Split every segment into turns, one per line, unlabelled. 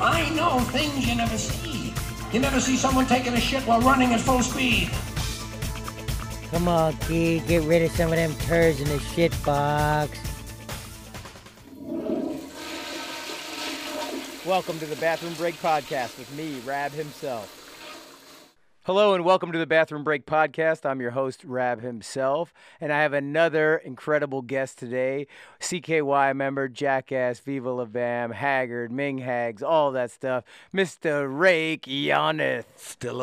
I know things you never see. You never see someone taking a shit while running at full speed.
Come on, kid, get rid of some of them turds in the shit box.
Welcome to the Bathroom Break Podcast with me, Rab himself. Hello and welcome to the Bathroom Break Podcast. I'm your host, Rab himself, and I have another incredible guest today CKY member, Jackass, Viva La Bam, Haggard, Ming Hags, all that stuff. Mr. Rake Yaneth.
Still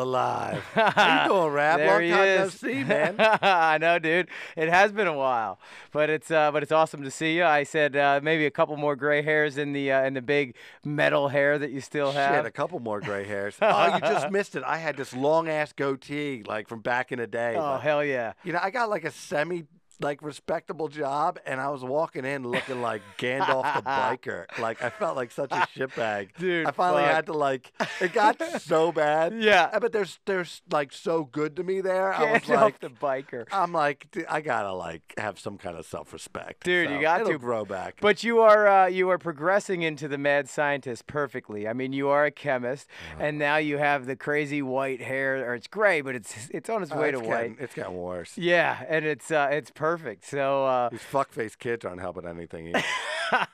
alive. How you doing, Rab?
There
Long
he
time no
is.
see, man.
I know, dude. It has been a while, but it's uh, but it's awesome to see you. I said uh, maybe a couple more gray hairs in the uh, in the big metal hair that you still
Shit,
have.
a couple more gray hairs. Oh, you just missed it. I had this long ass goatee, like from back in the day.
oh
Like,
hell yeah!
you know, I got like a semi, like respectable job, and I was walking in looking like Gandalf the biker. Like I felt like such a shitbag.
Dude,
I finally
fuck.
had to like. It got so bad.
Yeah.
Uh, But there's there's like so good to me there. I was
Gandalf
like.
the biker.
I'm like, "D- I gotta like have some kind of self-respect,
Dude, you
So
got
it'll
to.
grow back.
But you are uh, you are progressing into the mad scientist perfectly. I mean, you are a chemist, and now you have the crazy white hair, or it's gray, but it's it's on its
Oh,
way
it's
to
getting,
white.
It's getting worse.
Yeah, and it's uh, it's perfect. So uh,
These fuckface kids aren't helping anything. Either.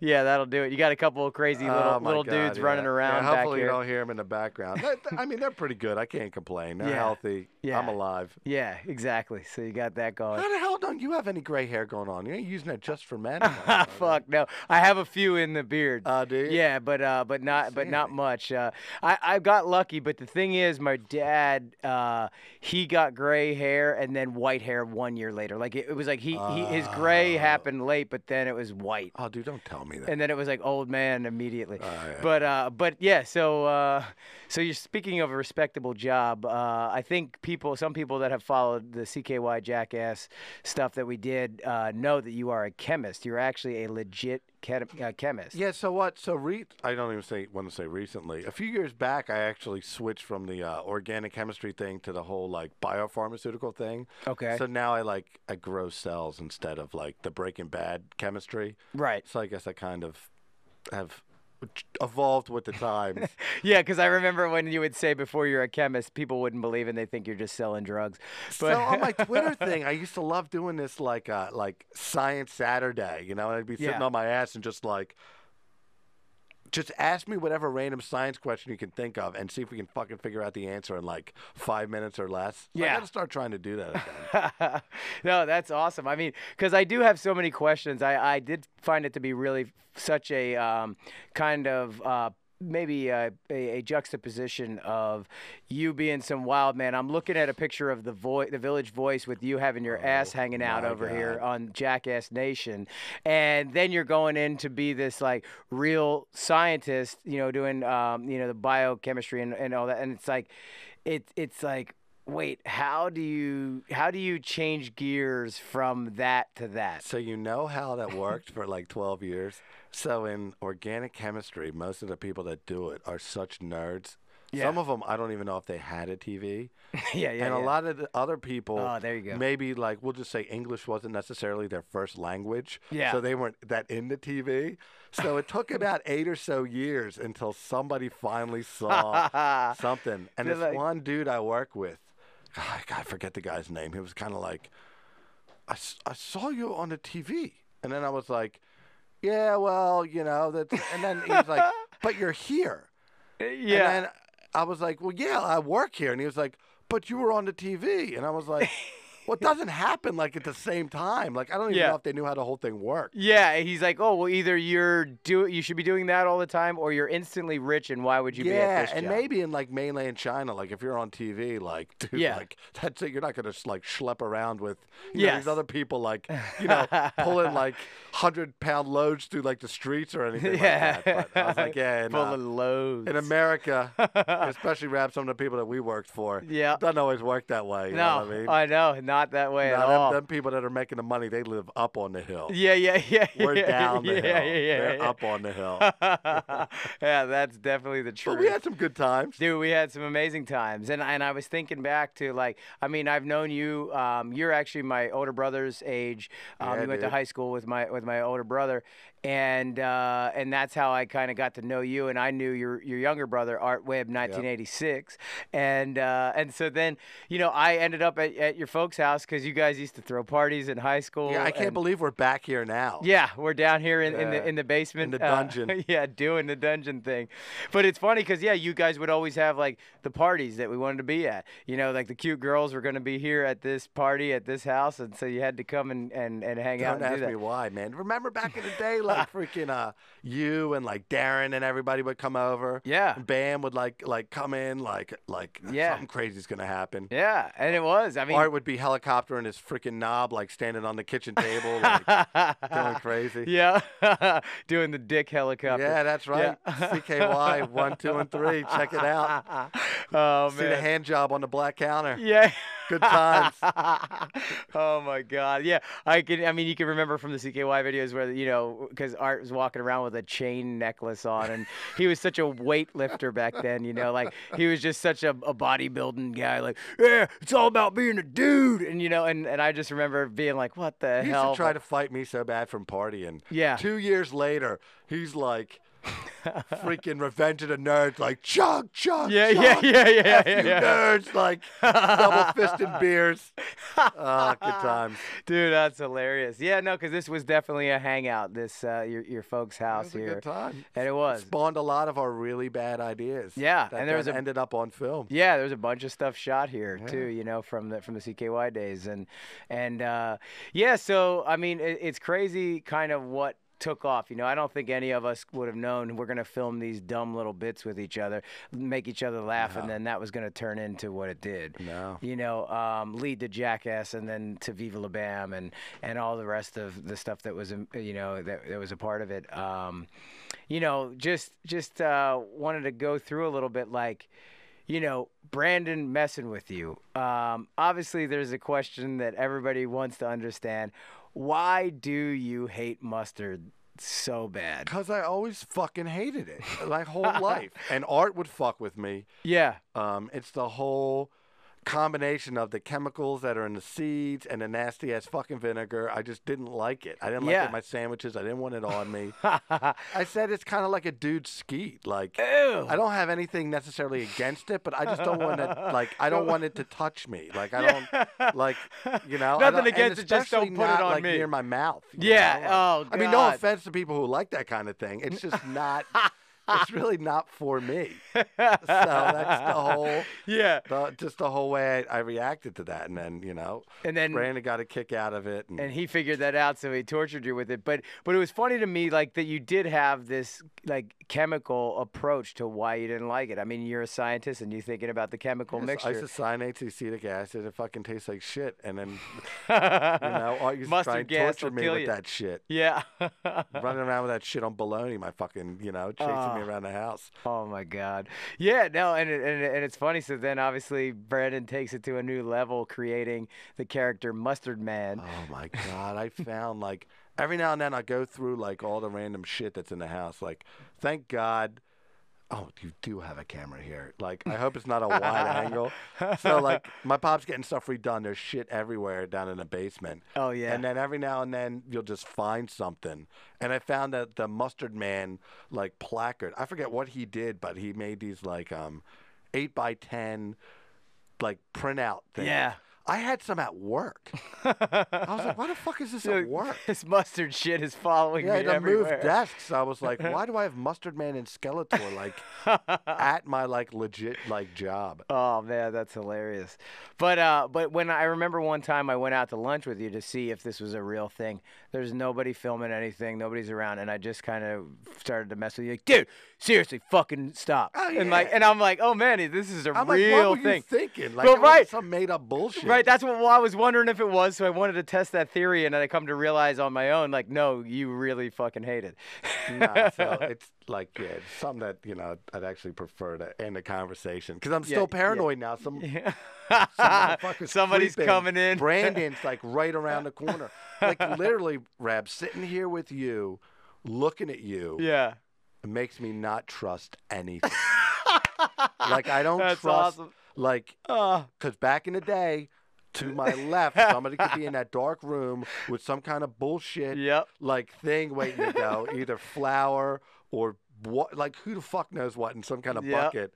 yeah, that'll do it. You got a couple of crazy little
Oh, my
little
God,
dudes
yeah.
running around
Yeah,
back
hopefully
here.
you don't hear them in the background. That- I mean, they're pretty good. I can't complain. They're
Yeah.
healthy.
Yeah.
I'm alive.
Yeah, exactly. So you got that going.
How the hell don't you have any gray hair going on? You ain't using that just for men.
Fuck no. I have a few in the beard.
Uh, do you?
Yeah, but uh, but not but not
Insanity.
much. Uh, I I got lucky, but the thing is, my dad uh, he got gray hair and then white hair one year later. Like it, it was like he, he his gray
Ah.
happened late, but then it was white.
Oh, dude, don't tell me that.
and then it was like old man immediately.
yeah.
But uh, but yeah, so uh, so you're speaking of a respectable job. Uh, I think people, some people that have followed the CKY Jackass stuff that we did, uh, know that you are a chemist. You're actually a legit chem- uh, chemist.
Yeah, so what? So re- I don't even say want to say recently. A few years back, I actually switched from the uh, organic chemistry thing to the whole like biopharmaceutical thing.
Okay.
So now I like I grow cells instead of like the Breaking Bad chemistry.
Right.
So I guess I kind of have evolved with the times.
Yeah, because I remember when you would say before you're a chemist, people wouldn't believe and they think you're just selling drugs. But
so on my Twitter thing, I used to love doing this like uh, like Science Saturday, you know, and I'd be sitting
Yeah.
on my ass and just like just ask me whatever random science question you can think of and see if we can fucking figure out the answer in like five minutes or less. I
Yeah.
gotta start trying to do that again.
no, that's awesome. I mean, because I do have so many questions. I, I did find it to be really such a um, kind of. Uh, Maybe a, a, a juxtaposition of you being some wild man. I'm looking at a picture of the voice, the Village Voice, with you having your ass hanging out
Oh my
over here
God.
on Jackass Nation, and then you're going in to be this like real scientist, you know, doing um, you know the biochemistry and, and all that, and it's like, it it's like, wait, how do you how do you change gears from that to that?
So you know how that worked for like 12 years. So in organic chemistry, most of the people that do it are such nerds.
Yeah.
Some of them I don't even know if they had a TV.
yeah, yeah,
and
yeah.
a lot of the other people
Oh, there you go.
maybe like we'll just say English wasn't necessarily their first language.
Yeah.
So they weren't that into TV. So it took about 8 or so years until somebody finally saw
Uh,
something. And
They're
this
like-
one dude I work with, I, I forget the guy's name. He was kind of like, I, s- I saw you on the TV. And then I was like, yeah, well, you know, that's, and then he was like, but you're here.
yeah.
And then I was like, well, yeah, I work here. And he was like, but you were on the TV. And I was like, well, it doesn't happen like at the same time. Like, I don't even
Yeah.
know if they knew how the whole thing worked.
yeah, and he's like, oh well, either you're do you should be doing that all the time, or you're instantly rich, and why would you be at
yeah,
this
and
job?
maybe in like mainland China, like if you're on TV, like dude,
Yeah.
like that's it. You're not gonna like schlep around with you know,
Yes.
these other people, like you know, pulling like hundred pound loads through like the streets or anything.
yeah,
like that. But I was like, yeah, in,
full
uh,
of loads.
in America, especially rap some of the people that we worked for.
Yeah.
it doesn't always work that way. You
no,
know what I mean?
know, not that way
Now,
at
them,
all.
them people that are making the money, they live up on the hill.
Yeah, yeah, yeah.
We're
yeah,
down the
yeah,
hill.
Yeah, yeah,
They're
yeah.
up on the hill.
yeah, that's definitely the truth.
but we had some good times.
Dude, we had some amazing times, and and I was thinking back to like, I mean, I've known you. Um, you're actually my older brother's age. Um,
Yeah,
you went to
dude.
high school with my with my older brother, and uh, and that's how I kind of got to know you. And I knew your your younger brother Art Webb, 1986, and uh, and so then you know I ended up at, at your folks' house because you guys used to throw parties in high school.
Yeah, I can't
and-
believe we're back here now.
yeah, we're down here in, in
Yeah.
the in the basement,
the
uh,
dungeon.
yeah, doing the dungeon thing, but it's funny because yeah, you guys would always have like the parties that we wanted to be at. You know, like the cute girls were going to be here at this party at this house, and so you had to come and and, and hang out
Don't
and do
ask
that.
me why, man. Remember back in the day, like freaking uh, you and like Darren and everybody would come over.
Yeah.
And Bam would like like come in like like
Yeah.
something crazy's gonna happen.
Yeah, and it was. I mean,
Art would be helicoptering his freaking knob, like standing on the kitchen table, like going crazy.
yeah, doing the dick helicopter.
Yeah, that's right. CKY one, two, and three. Check it out.
Oh
See the
man.
hand job on the black counter.
Yeah.
Good times.
oh my God! Yeah, I can. I mean, you can remember from the CKY videos where you know, because Art was walking around with a chain necklace on, and he was such a weightlifter back then. You know, like he was just such a, a bodybuilding guy. Like, yeah, it's all about being a dude, and you know, and and I just remember being like, what the
He used
hell?
to try to fight me so bad from partying.
Yeah.
Two years later, he's like, freaking Revenge of the Nerds, like chug chug.
yeah, yeah,
chug,
yeah, yeah,
F
yeah,
you
yeah.
nerds, like double fisted beers. Ah, good times.
Dude, that's hilarious. Yeah, no, because this was definitely a hangout. This uh, your your folks'
That
house
was a
here,
good time.
and it was.
Spawned a lot of our really bad ideas.
Yeah,
that
and there was
then
a-
ended up on film.
Yeah, there's a bunch of stuff shot here too, you know, from the from the CKY days, and and uh, yeah, so I mean, it, it's crazy, kind of what took off. You know, I don't think any of us would have known we're gonna film these dumb little bits with each other, make each other laugh, and then that was gonna turn into what it did.
No.
You know, um, lead to Jackass, and then to Viva La Bam, and and all the rest of the stuff that was, in- you know, that, that was a part of it. Um, you know, just just uh, wanted to go through a little bit, like you know, Brandon messing with you. Um, obviously, there's a question that everybody wants to understand. Why do you hate mustard so bad?
Because I always fucking hated it, my whole life. And art would fuck with me.
Yeah.
Um, it's the whole combination of the chemicals that are in the seeds and the nasty ass fucking vinegar. I just didn't like it. I didn't like it
Yeah.
in my sandwiches. I didn't want it on me. I said it's kind of like a dude skeet. Like
Ew.
I don't have anything necessarily against it, but I just don't want to like I don't want it to touch me. Like I don't like you know I
Nothing
don't- and
against it, just don't
especially
put it
not,
on
like,
me.
near my mouth. you
Yeah,
know?
oh,
I mean, no
God.
offense to people who like that kind of thing. It's just not. it's really not for me. So that's the whole
Yeah.
the, just the whole way I, I reacted to that, and then you know,
And then-
Brandon got a kick out of it, and,
and he figured that out so he tortured you with it but but it was funny to me like that you did have this like chemical approach to why you didn't like it i mean you're a scientist and you're thinking about the chemical
it's
mixture
isocyanates, acetic acid, it fucking tastes like shit, and then you know, all you to try
Mustard
and
gas
torture
will
me
kill
with
you.
that shit,
yeah
running around with that shit on baloney, my fucking, you know, chasing
Ah.
me around the house.
Oh my God! Yeah, no, and it, and it- and it's funny. So then, obviously, Brandon takes it to a new level, creating the character Mustard Man.
Oh my god, I found like every now and then I go through like all the random shit that's in the house. Like, thank God. Oh, you do have a camera here. Like, I hope it's not a wide angle. So, like, my pop's getting stuff redone. There's shit everywhere down in the basement.
Oh, yeah.
And then every now and then you'll just find something. And I found that the mustard man like placard. I forget what he did, but he made these like um, eight by ten like printout things.
Yeah.
I had some at work. I was like, why the fuck is this at work?
This mustard shit is following
Yeah, I
me
had to move
everywhere.
desks. I was like, why do I have Mustard Man and Skeletor like at my like legit like job?
Oh man, that's hilarious. But uh, but when I remember one time I went out to lunch with you to see if this was a real thing. There's nobody filming anything, nobody's around, and I just kind of started to mess with you, like, dude, seriously, fucking stop.
Oh,
And like,
yeah.
and I'm like, oh man, this is a
I'm like,
real
what were
thing.
you thinking? Like,
Well,
it wasn't
right.
some made up bullshit.
Right, that's what well, I was wondering if it was, so I wanted to test that theory, and then I come to realize on my own, like, no, you really fucking hate it.
nah, so it's like, yeah, it's something that you know I'd actually prefer to end the conversation because I'm still
yeah.
paranoid now. Some motherfucker's
Somebody's
creeping.
coming in.
Brandon's like right around the corner, like literally, Rab, sitting here with you, looking at you.
yeah,
It makes me not trust anything. like I don't
That's
trust
awesome.
like because back in the day, to my left, somebody could be in that dark room with some kind of bullshit
Yep.
like thing waiting to go, either flour or what, like who the fuck knows what in some kind of
Yep.
bucket.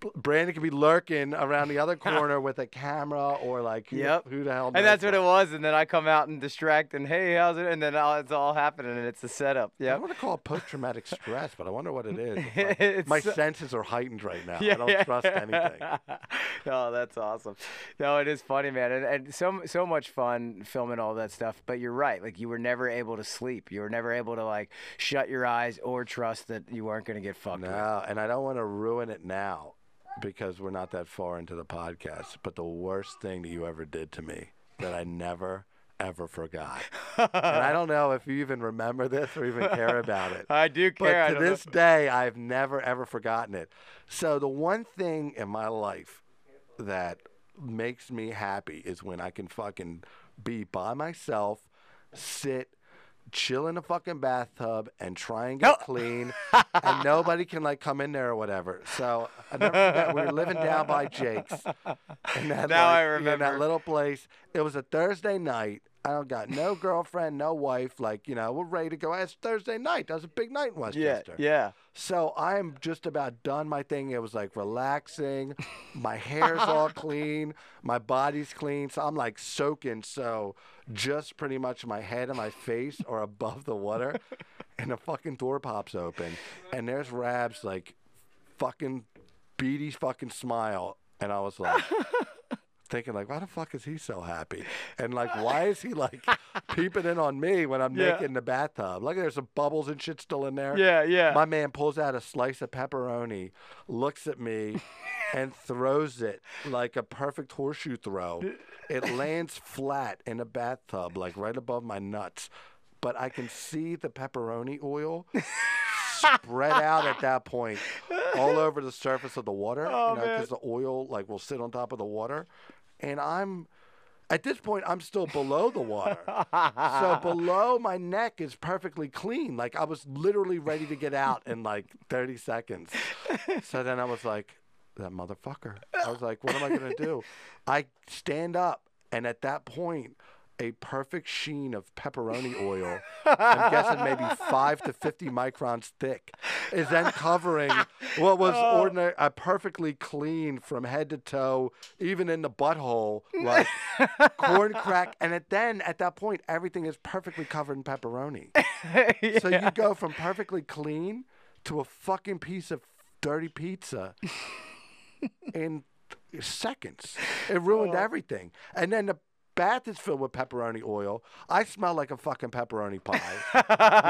B- Brandon could be lurking around the other corner with a camera or like who, the-
Yep.
who the hell knows
And that's what it was. And then I come out and distract and hey, how's it? And then all, it's all happening and it's a setup.
I
Yep.
want to call it post-traumatic stress, but I wonder what it is.
It's
My, my
so-
senses are heightened right now. I
Yeah,
don't
yeah.
trust anything.
oh, that's awesome. No, it is funny, man, and, and so so much fun filming all that stuff. But you're right; like you were never able to sleep. You were never able to like shut your eyes or trust that you weren't going to get fucked. with.
No, and I don't want to ruin it now because we're not that far into the podcast. But the worst thing that you ever did to me that I never ever forgot, and I don't know if you even remember this or even care about it.
I do
But
care. I
to
don't know.
this day, I've never ever forgotten it. So the one thing in my life that makes me happy is when I can fucking be by myself, sit, chill in a fucking bathtub, and try and get clean, and nobody can like come in there or whatever. So I never forget we were living down by Jake's, and that,
Now I
like, you know,
remember.
that little place. It was a Thursday night. I don't got no girlfriend, no wife. Like you know, we're ready to go. It's Thursday night. That was a big night in
Yeah,
Westchester.
yeah.
So I am just about done my thing. It was like relaxing. My hair's all clean. My body's clean. So I'm like soaking. So just pretty much my head and my face are above the water. And the fucking door pops open. And there's Rabs like fucking beady fucking smile. And I was like, thinking like, why the fuck is he so happy? And like, why is he like peeping in on me when I'm
Yeah.
naked in the bathtub? Like, there's some bubbles and shit still in there.
Yeah, yeah.
My man pulls out a slice of pepperoni, looks at me, and throws it like a perfect horseshoe throw. It lands flat in a bathtub, like right above my nuts. But I can see the pepperoni oil spread out at that point all over the surface of the water.
Oh,
you know,
man.
because the oil like will sit on top of the water. And I'm at this point I'm still below the water. so below my neck is perfectly clean. Like I was literally ready to get out in like 30 seconds. So then I was like, that motherfucker. I was like, what am I going to do? I stand up. And at that point, a perfect sheen of pepperoni oil, I'm guessing maybe five to 50 microns thick, is then covering what was ordinary, a perfectly clean from head to toe, even in the butthole, like corn crack. And it, then at that point, everything is perfectly covered in pepperoni. So you go from perfectly clean to a fucking piece of dirty pizza in seconds. It
Oh.
ruined everything. And then the bath is filled with pepperoni oil. I smell like a fucking pepperoni pie.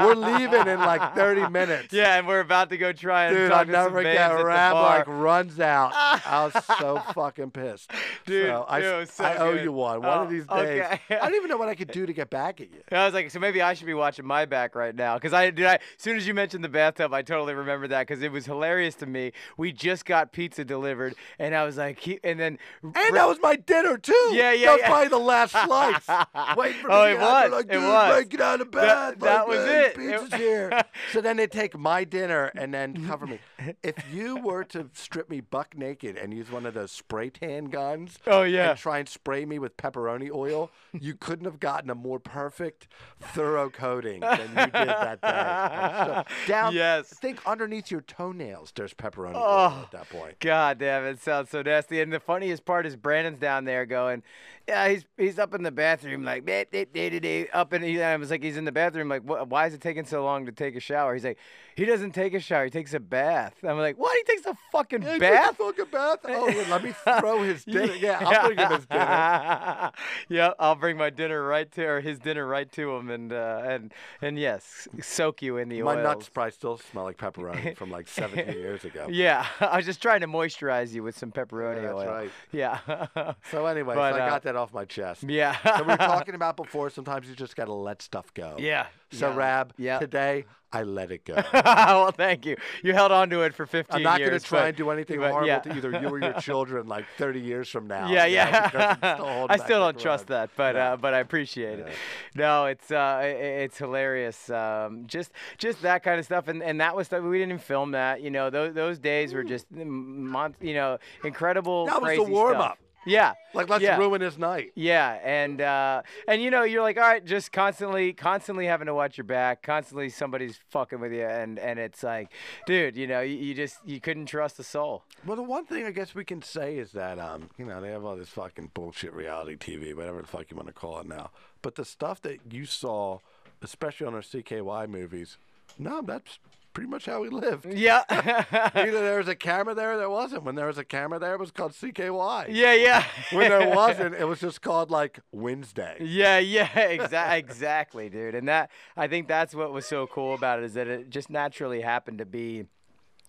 We're leaving in like 30 minutes.
yeah, and we're about to go try and
Dude,
talk
I
to some
never
bands
get
at the
Rab
bar.
like runs out. I was so fucking pissed.
Dude,
so I,
it was so
I owe
good.
you one. One
Oh,
of these days.
okay.
I don't even know what I could do to get back at you.
And I was like, so maybe I should be watching my back right now. Because I did. I, as soon as you mentioned the bathtub, I totally remember that because it was hilarious to me. We just got pizza delivered, and I was like, he, and then.
And that was my dinner too.
Yeah, yeah,
That was
yeah.
probably the last slice. Waiting for
Oh,
me
it
to get out there,
was,
Like,
it
dude,
was.
like, get out of bed.
That-
like,
that was
man,
it. It-
Pizza's here. So then they take my dinner and then cover me. If you were to strip me buck naked and use one of those spray tan guns,
Oh, yeah.
and try and spray me with pepperoni oil, you couldn't have gotten a more perfect, thorough coating than you did that day. I'm so- down,
Yes. Oh,
I think underneath your toenails, there's pepperoni oil at that point.
God damn, it sounds so nasty. And the funniest part is Brandon's down there going, yeah, he's he's up in the bathroom like, "Meh, deh, deh, deh, deh," up in. he- I was like, he's in the bathroom like, "Wha- why is it taking so long to take a shower? He's like, he doesn't take a shower, he takes a bath. I'm like, what? He takes a fucking
Yeah, he took a
bath.
fucking bath. Oh, well, let me throw his dinner. Yeah, I'll bring him his dinner.
dinner. yeah, I'll bring my dinner right to or his dinner right to him, and uh, and and yes, soak you in the
My
oils.
nuts probably still smell like pepperoni from like 17 years ago.
Yeah, I was just trying to moisturize you with some pepperoni
that's
oil.
right.
Yeah.
So anyway, so
But,
I
uh,
got that off my chest.
yeah.
So we were talking about before. Sometimes you just gotta let stuff go.
yeah.
So
yeah.
Rab,
Yeah.
today I let it go.
well, thank you. You held on to it for 15 years.
I'm not gonna try
but-
and do anything
but
horrible
uh, yeah.
to either you or your children like 30 years from now.
Yeah,
you know, because
yeah.
it's still holding
I
back
still
the
don't trust
grudge.
that, but
Yeah.
uh, but I appreciate it. No, it's uh, i- i- it's hilarious. Um, just just that kind of stuff, and, and that was stuff we didn't even film that. You know, those those days were just mm, mon- you know incredible.
That was
crazy
the warm
stuff.
up.
Yeah.
Like, let's
Yeah.
ruin his night.
Yeah, and uh, and you know you're like, all right, just constantly, constantly having to watch your back, constantly somebody's fucking with you, and and it's like, dude, you know, you, you just you couldn't trust a soul.
Well, the one thing I guess we can say is that, um, you know, they have all this fucking bullshit reality TV, whatever the fuck you want to call it now. But the stuff that you saw, especially on our CKY movies, no, that's pretty much how we lived.
Yeah,
Either there was a camera there, or there wasn't. When there was a camera there, it was called CKY.
yeah, yeah.
When there wasn't, it was just called like Wednesday.
Yeah, yeah, exa- exactly, dude. And that I think that's what was so cool about it is that it just naturally happened to be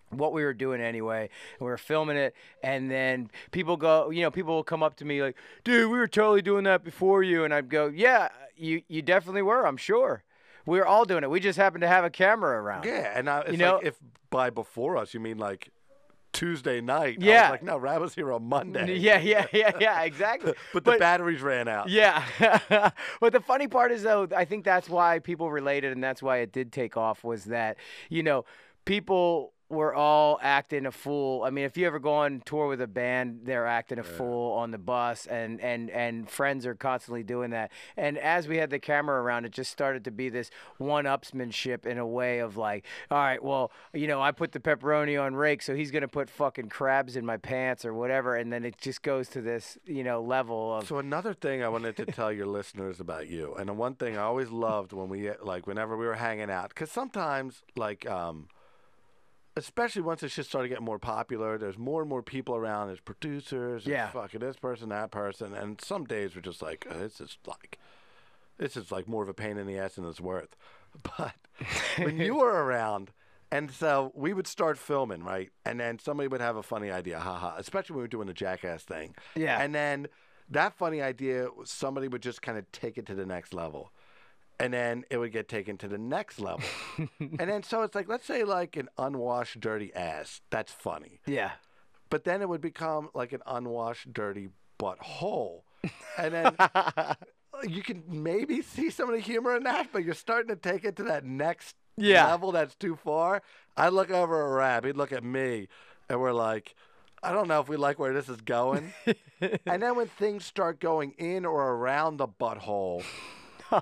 what we were doing anyway. And we were filming it, and then people go, you know, people will come up to me like, "Dude, we were totally doing that before you," and I'd go, "Yeah, you you definitely were. I'm sure. We were all doing it. We just happened to have a camera around."
Yeah, and I, it's
You know-
like if by before us you mean like Tuesday night. I was
Yeah.
like no, Rab was here on Monday.
Yeah, yeah, yeah, yeah, exactly.
But, the batteries ran out.
Yeah. but the funny part is though, I think that's why people related and that's why it did take off was that, you know, people were all acting a fool. I mean, if you ever go on tour with a band, they're acting a fool on the bus and and and friends are constantly doing that. And as we had the camera around, it just started to be this one-upsmanship in a way of like, all right, well, you know, I put the pepperoni on Rake, so he's going to put fucking crabs in my pants or whatever, and then it just goes to this, you know, level of
So another thing I wanted to tell your listeners about you, and the one thing I always loved when we like whenever we were hanging out, because sometimes like um, especially once this shit started getting more popular, there's more and more people around. There's producers, there's
Yeah.
fucking this person, that person, and some days we're just like, oh, this is like, this is like more of a pain in the ass than it's worth. But when you were around. And so we would start filming, right? And then somebody would have a funny idea, haha, especially when we were doing the jackass thing.
Yeah.
And then that funny idea, somebody would just kind of take it to the next level. And then it would get taken to the next level. and then so it's like, let's say like an unwashed, dirty ass. That's funny.
Yeah.
But then it would become like an unwashed, dirty butthole. And then you can maybe see some of the humor in that, but you're starting to take it to that next
Yeah.
level that's too far. I look over at Rab, he'd look at me, and we're like, I don't know if we like where this is going. and then when things start going in or around the butthole,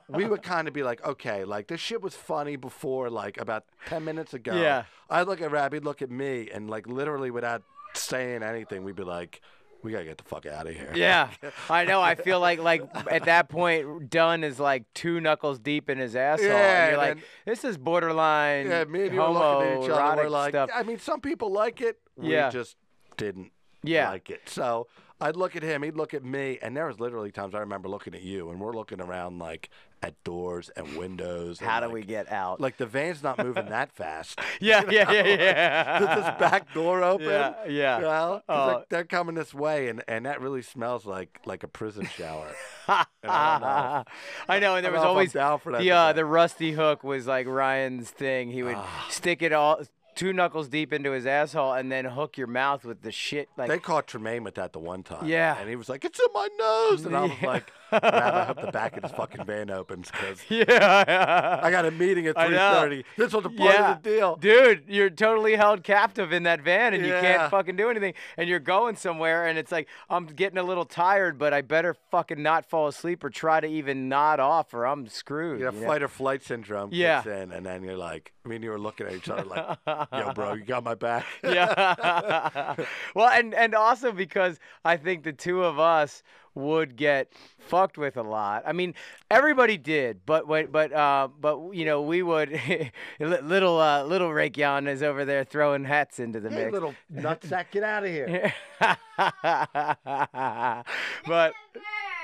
we would kind of be like, okay, like this shit was funny before, like about 10 minutes ago.
Yeah.
I'd look at Rab, he'd look at me, and like literally without saying anything, we'd be like, we gotta get the fuck out of here.
Yeah. I know. I feel like like at that point Dunn is like two knuckles deep in his asshole.
Yeah,
and you're like,
and-
this is borderline
Yeah, me and you were looking at each other. and
homoerotic
We're like,
stuff.
I mean, some people like it. We
Yeah.
just didn't
Yeah.
like it. So I'd look at him, he'd look at me, and there was literally times I remember looking at you, and we're looking around like at doors and windows. and,
How do
like-
we get out?
Like the van's not moving that fast.
yeah, yeah, yeah,
Does
yeah.
this back door open?
Yeah, yeah.
You know? 'Cause,
Oh.
like, they're coming this way, and, and that really smells like like a prison shower. And I don't know.
I know, and there
I don't know
was
if I'm
always
down for that Ah.
the uh,
today.
the rusty hook was like Ryan's thing. He would stick it all two knuckles deep into his asshole and then hook your mouth with the shit like
They caught Tremaine with that the one time.
Yeah.
And he was like, it's in my nose. And I was
Yeah.
like, "Rab, I hope the back of this fucking van opens because
Yeah.
I got a meeting at
I know.
3.30. This was a part of the deal.
Dude, you're totally held captive in that van and you
Yeah.
can't fucking do anything. And you're going somewhere and it's like, I'm getting a little tired, but I better fucking not fall asleep or try to even nod off or I'm screwed.
You know,
you know?
fight or flight syndrome
Yeah.
kicks in, and then you're like, I mean, you were looking at each other like, yo, bro, you got my back.
yeah. well, and and also because I think the two of us would get fucked with a lot. I mean, everybody did, but when, but uh, but you know, we would li- little uh, little Raekyon is over there throwing hats into the
Hey,
mix.
little nutsack, get out of here.
but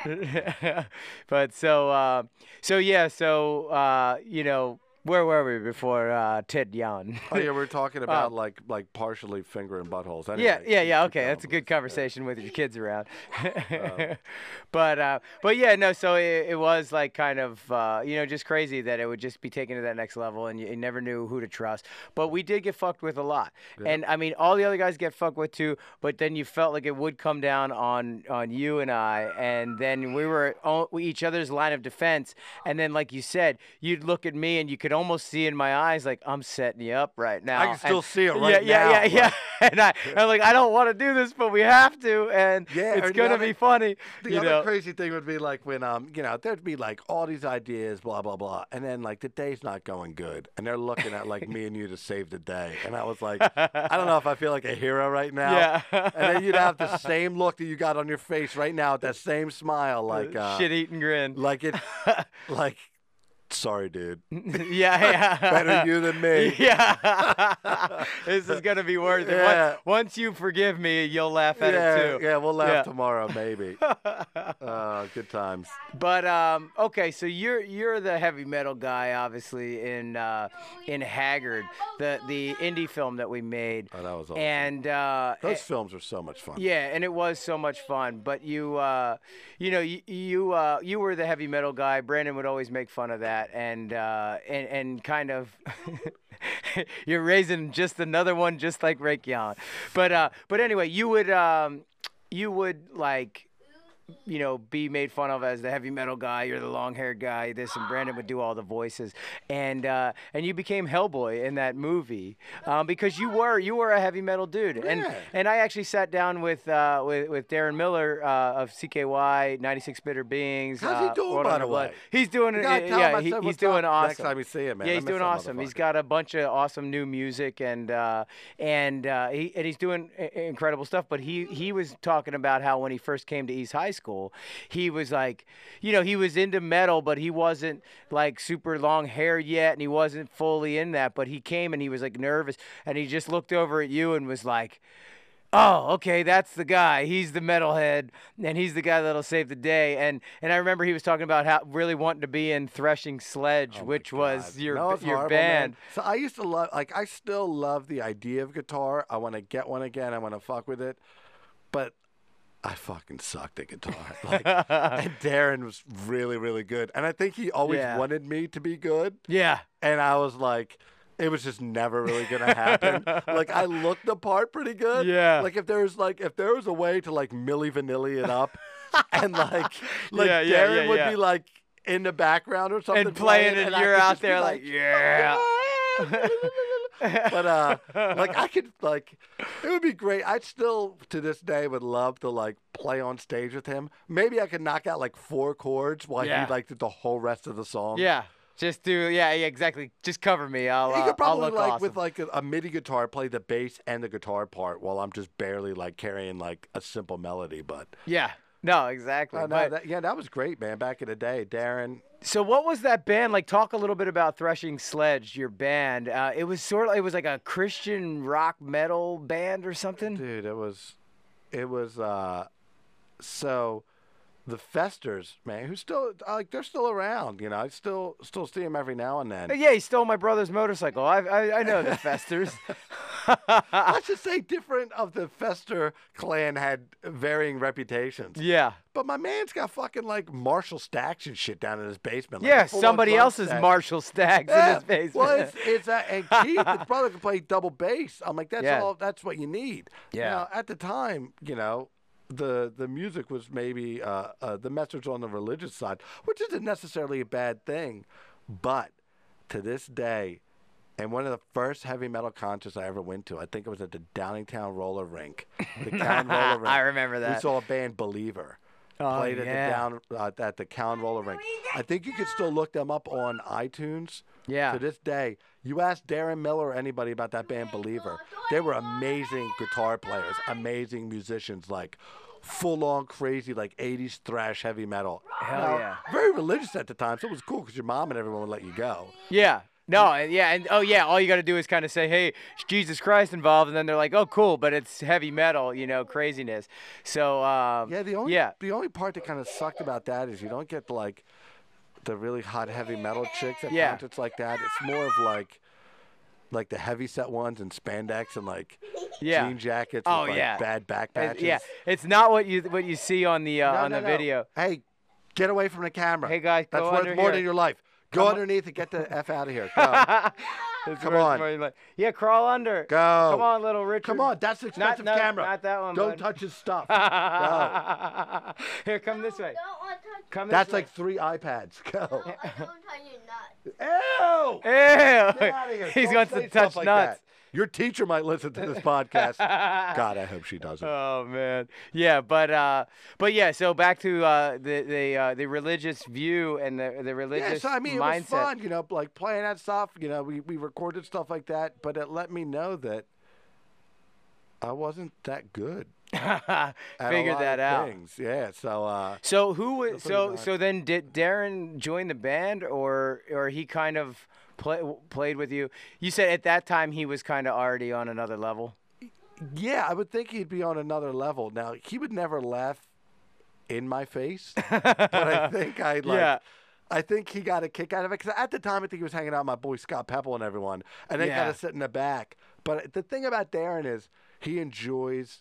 but so uh, so yeah so uh, you know where were we before uh, Ted Yan?
Oh, yeah, we were talking about like like partially fingering buttholes. Anyway,
Yeah, yeah,
keep-
yeah.
keep
Okay,
going
that's a
with
good
this.
conversation with your kids around.
Um,
but uh, but yeah, no. So it, it was like kind of uh, you know just crazy that it would just be taken to that next level, and you, you never knew who to trust. But we did get fucked with a lot, and I mean all the other guys get fucked with too. But then you felt like it would come down on on you and I, and then we were o- each other's line of defense. And then like you said, you'd look at me and you could almost see in my eyes like I'm setting you up right now.
can still
and-
see it right
yeah,
now,
Yeah, yeah, yeah. And I, I'm like, I don't want to do this, but we have to, and
Yeah,
it's
or the
gonna
other-
be funny.
The
you
other
know,
crazy thing would be like when um you know there'd be like all these ideas blah blah blah and then like the day's not going good and they're looking at like me and you to save the day and I was like I don't know if I feel like a hero right now
Yeah.
and then you'd have the same look that you got on your face right now with that same smile like uh,
shit-eating grin.
like it like sorry dude
yeah, yeah.
better you than me
Yeah. this is gonna be worth it. Once-
Yeah.
Once you forgive me, you'll laugh at
yeah
it too.
yeah we'll laugh
Yeah.
tomorrow maybe uh, good times
But um, okay, so you're you're the heavy metal guy, obviously in uh, in Haggard, the the indie film that we made,
oh that was awesome
and uh,
those films were so much fun
yeah, and it was so much fun. But you uh, you know you you, uh, you were the heavy metal guy. Brandon would always make fun of that, and uh, and and kind of. You're raising just another one, just like Rick Yon. But uh, but anyway, you would um, you would like you know, be made fun of as the heavy metal guy. You're the long haired guy. This and Brandon would do all the voices, and uh, and you became Hellboy in that movie um, because you were you were a heavy metal dude. And
Yeah.
and I actually sat down with uh, with, with Darren Miller uh, of CKY 96 Bitter Beings.
How's he
uh,
doing,
World
by
Under
the
Blood.
way?
He's doing
You
it.
gotta tell him
Yeah,
I
he-
said
he's
what's
doing
up
awesome.
next time you see him, man.
Yeah,
I
he's
miss
doing
that
awesome. He's
motherfucker.
got got a bunch of awesome new music and uh, and uh, he, and he's doing i- i- incredible stuff. But he he was talking about how when he first came to East High School, he was like, you know, he was into metal, but he wasn't like super long hair yet, and he wasn't fully in that. But he came and he was like nervous, and he just looked over at you and was like. Oh, okay, that's the guy. He's the metalhead, and he's the guy that'll save the day. And and I remember he was talking about how really wanting to be in Threshing Sledge,
Oh my
which was
God.
your
No, it's
your
horrible, man.
band.
So I used to love, like, I still love the idea of guitar. I want to get one again. I want to fuck with it, but I fucking sucked at guitar. Like, and Darren was really, really good, and I think he always
Yeah.
wanted me to be good,
Yeah.
and I was like. It was just never really gonna happen. like I looked the part pretty good.
Yeah.
Like if there was like if there was a way to like Milli Vanilli it up, and like like
Yeah,
Darren
yeah, yeah,
would
yeah.
be like in the background or something
and playing, and,
I
you're
could
out
just be
there like, yeah.
but uh like i could like it would be great i still to this day would love to like play on stage with him maybe i could knock out like four chords while
Yeah.
he like did the whole rest of the song
yeah. Just do, yeah, yeah, exactly. Just cover me. I'll,
he
uh,
could probably
I'll look
like
awesome.
with like a, a midi guitar play the bass and the guitar part while i'm just barely like carrying like a simple melody but
yeah. No, exactly.
Oh, no,
But-
that, yeah that was great man back in the day darren
so, what was that band like? Talk a little bit about Threshing Sledge, your band. Uh, it was sort of, it was like a Christian rock metal band or something.
dude it was it was uh so the festers man who's still uh, like they're still around you know i still still see them every now and then
Yeah, he stole my brother's motorcycle. I, I, I know the Festers.
let's just say different of the fester clan had varying reputations
yeah.
but my man's got fucking like marshall stacks and shit down in his basement like, a
Yeah,
full-on
somebody
drum
else's
stack.
Marshall Stacks in his basement.
Well, it's, it's uh, and Keith, his brother could play double bass. I'm like, that's
Yeah.
all. That's what you need.
Yeah.
Now, at the time, you know, the the music was maybe uh, uh, the message on the religious side, which isn't necessarily a bad thing, but to this day, and one of the first heavy metal concerts I ever went to, I think it was at the Downingtown Roller Rink. The Cowan Roller Rink.
I remember that.
We saw a band, Believer.
Oh,
played
yeah.
at the down uh, at the Cowan Roller Rink. I think you could still look them up on iTunes.
Yeah.
To this day, you ask Darren Miller or anybody about that band Believer, they were amazing guitar players, amazing musicians, like full on crazy, like 80s thrash heavy metal.
Hell yeah.
Very religious at the time, so it was cool because your mom and everyone would let you go.
Yeah. No, and- yeah, and oh yeah, all you got to do is kind of say, "Hey, is Jesus Christ involved," and then they're like, "Oh, cool," but it's heavy metal, you know, craziness. So um,
Yeah, the only
yeah,
the only part that kind of sucked about that is you don't get like the really hot heavy metal chicks at
Yeah.
concerts like that. It's more of like like the heavy set ones and spandex and like
yeah.
jean jackets
Oh,
with like
yeah.
bad back
It-
patches.
yeah, it's not what you what you see on the uh,
No,
on
no,
the
no.
video.
Hey, get away from the camera.
Hey, guys,
that's
go
worth
under
more
here.
than your life. Go underneath and get the f out of here. Go.
That's
Come
where it's
on.
more like, yeah, crawl under.
Go.
Come on, little Richard.
Come on, that's an
Not-
expensive
no,
camera.
not that one,
Don't
bud.
touch his stuff. Go.
on. Here, come this way.
Don't want to touch
Come
That's
this way.
like three iPads. Go.
No, I don't touch your nuts.
Ew!
Ew.
Get out of here.
He's
Don't
going
say
to
stuff
touch
like
nuts.
that. Your teacher might listen to this podcast. God, I hope she doesn't.
Oh man, yeah, but uh, but yeah. So back to uh, the the uh, the religious view and the the religious
yeah, so I mean, it was
mindset.
fun, you know, like playing that stuff. You know, we, we recorded stuff like that, but it let me know that I wasn't that good at a
Figure
lot
that
of
out.
things. Yeah, so uh,
So who was
pretty
so
bad.
so then did Darren join the band or or he kind of play, played with you? You said at that time he was kind of already on another level.
yeah, I would think he'd be on another level. Now he would never laugh in my face, but I think I like.
Yeah.
I think he got a kick out of it because at the time I think he was hanging out with my boy Scott Pepple and everyone, and they
Yeah.
kind of sit in the back. But the thing about Darren is he enjoys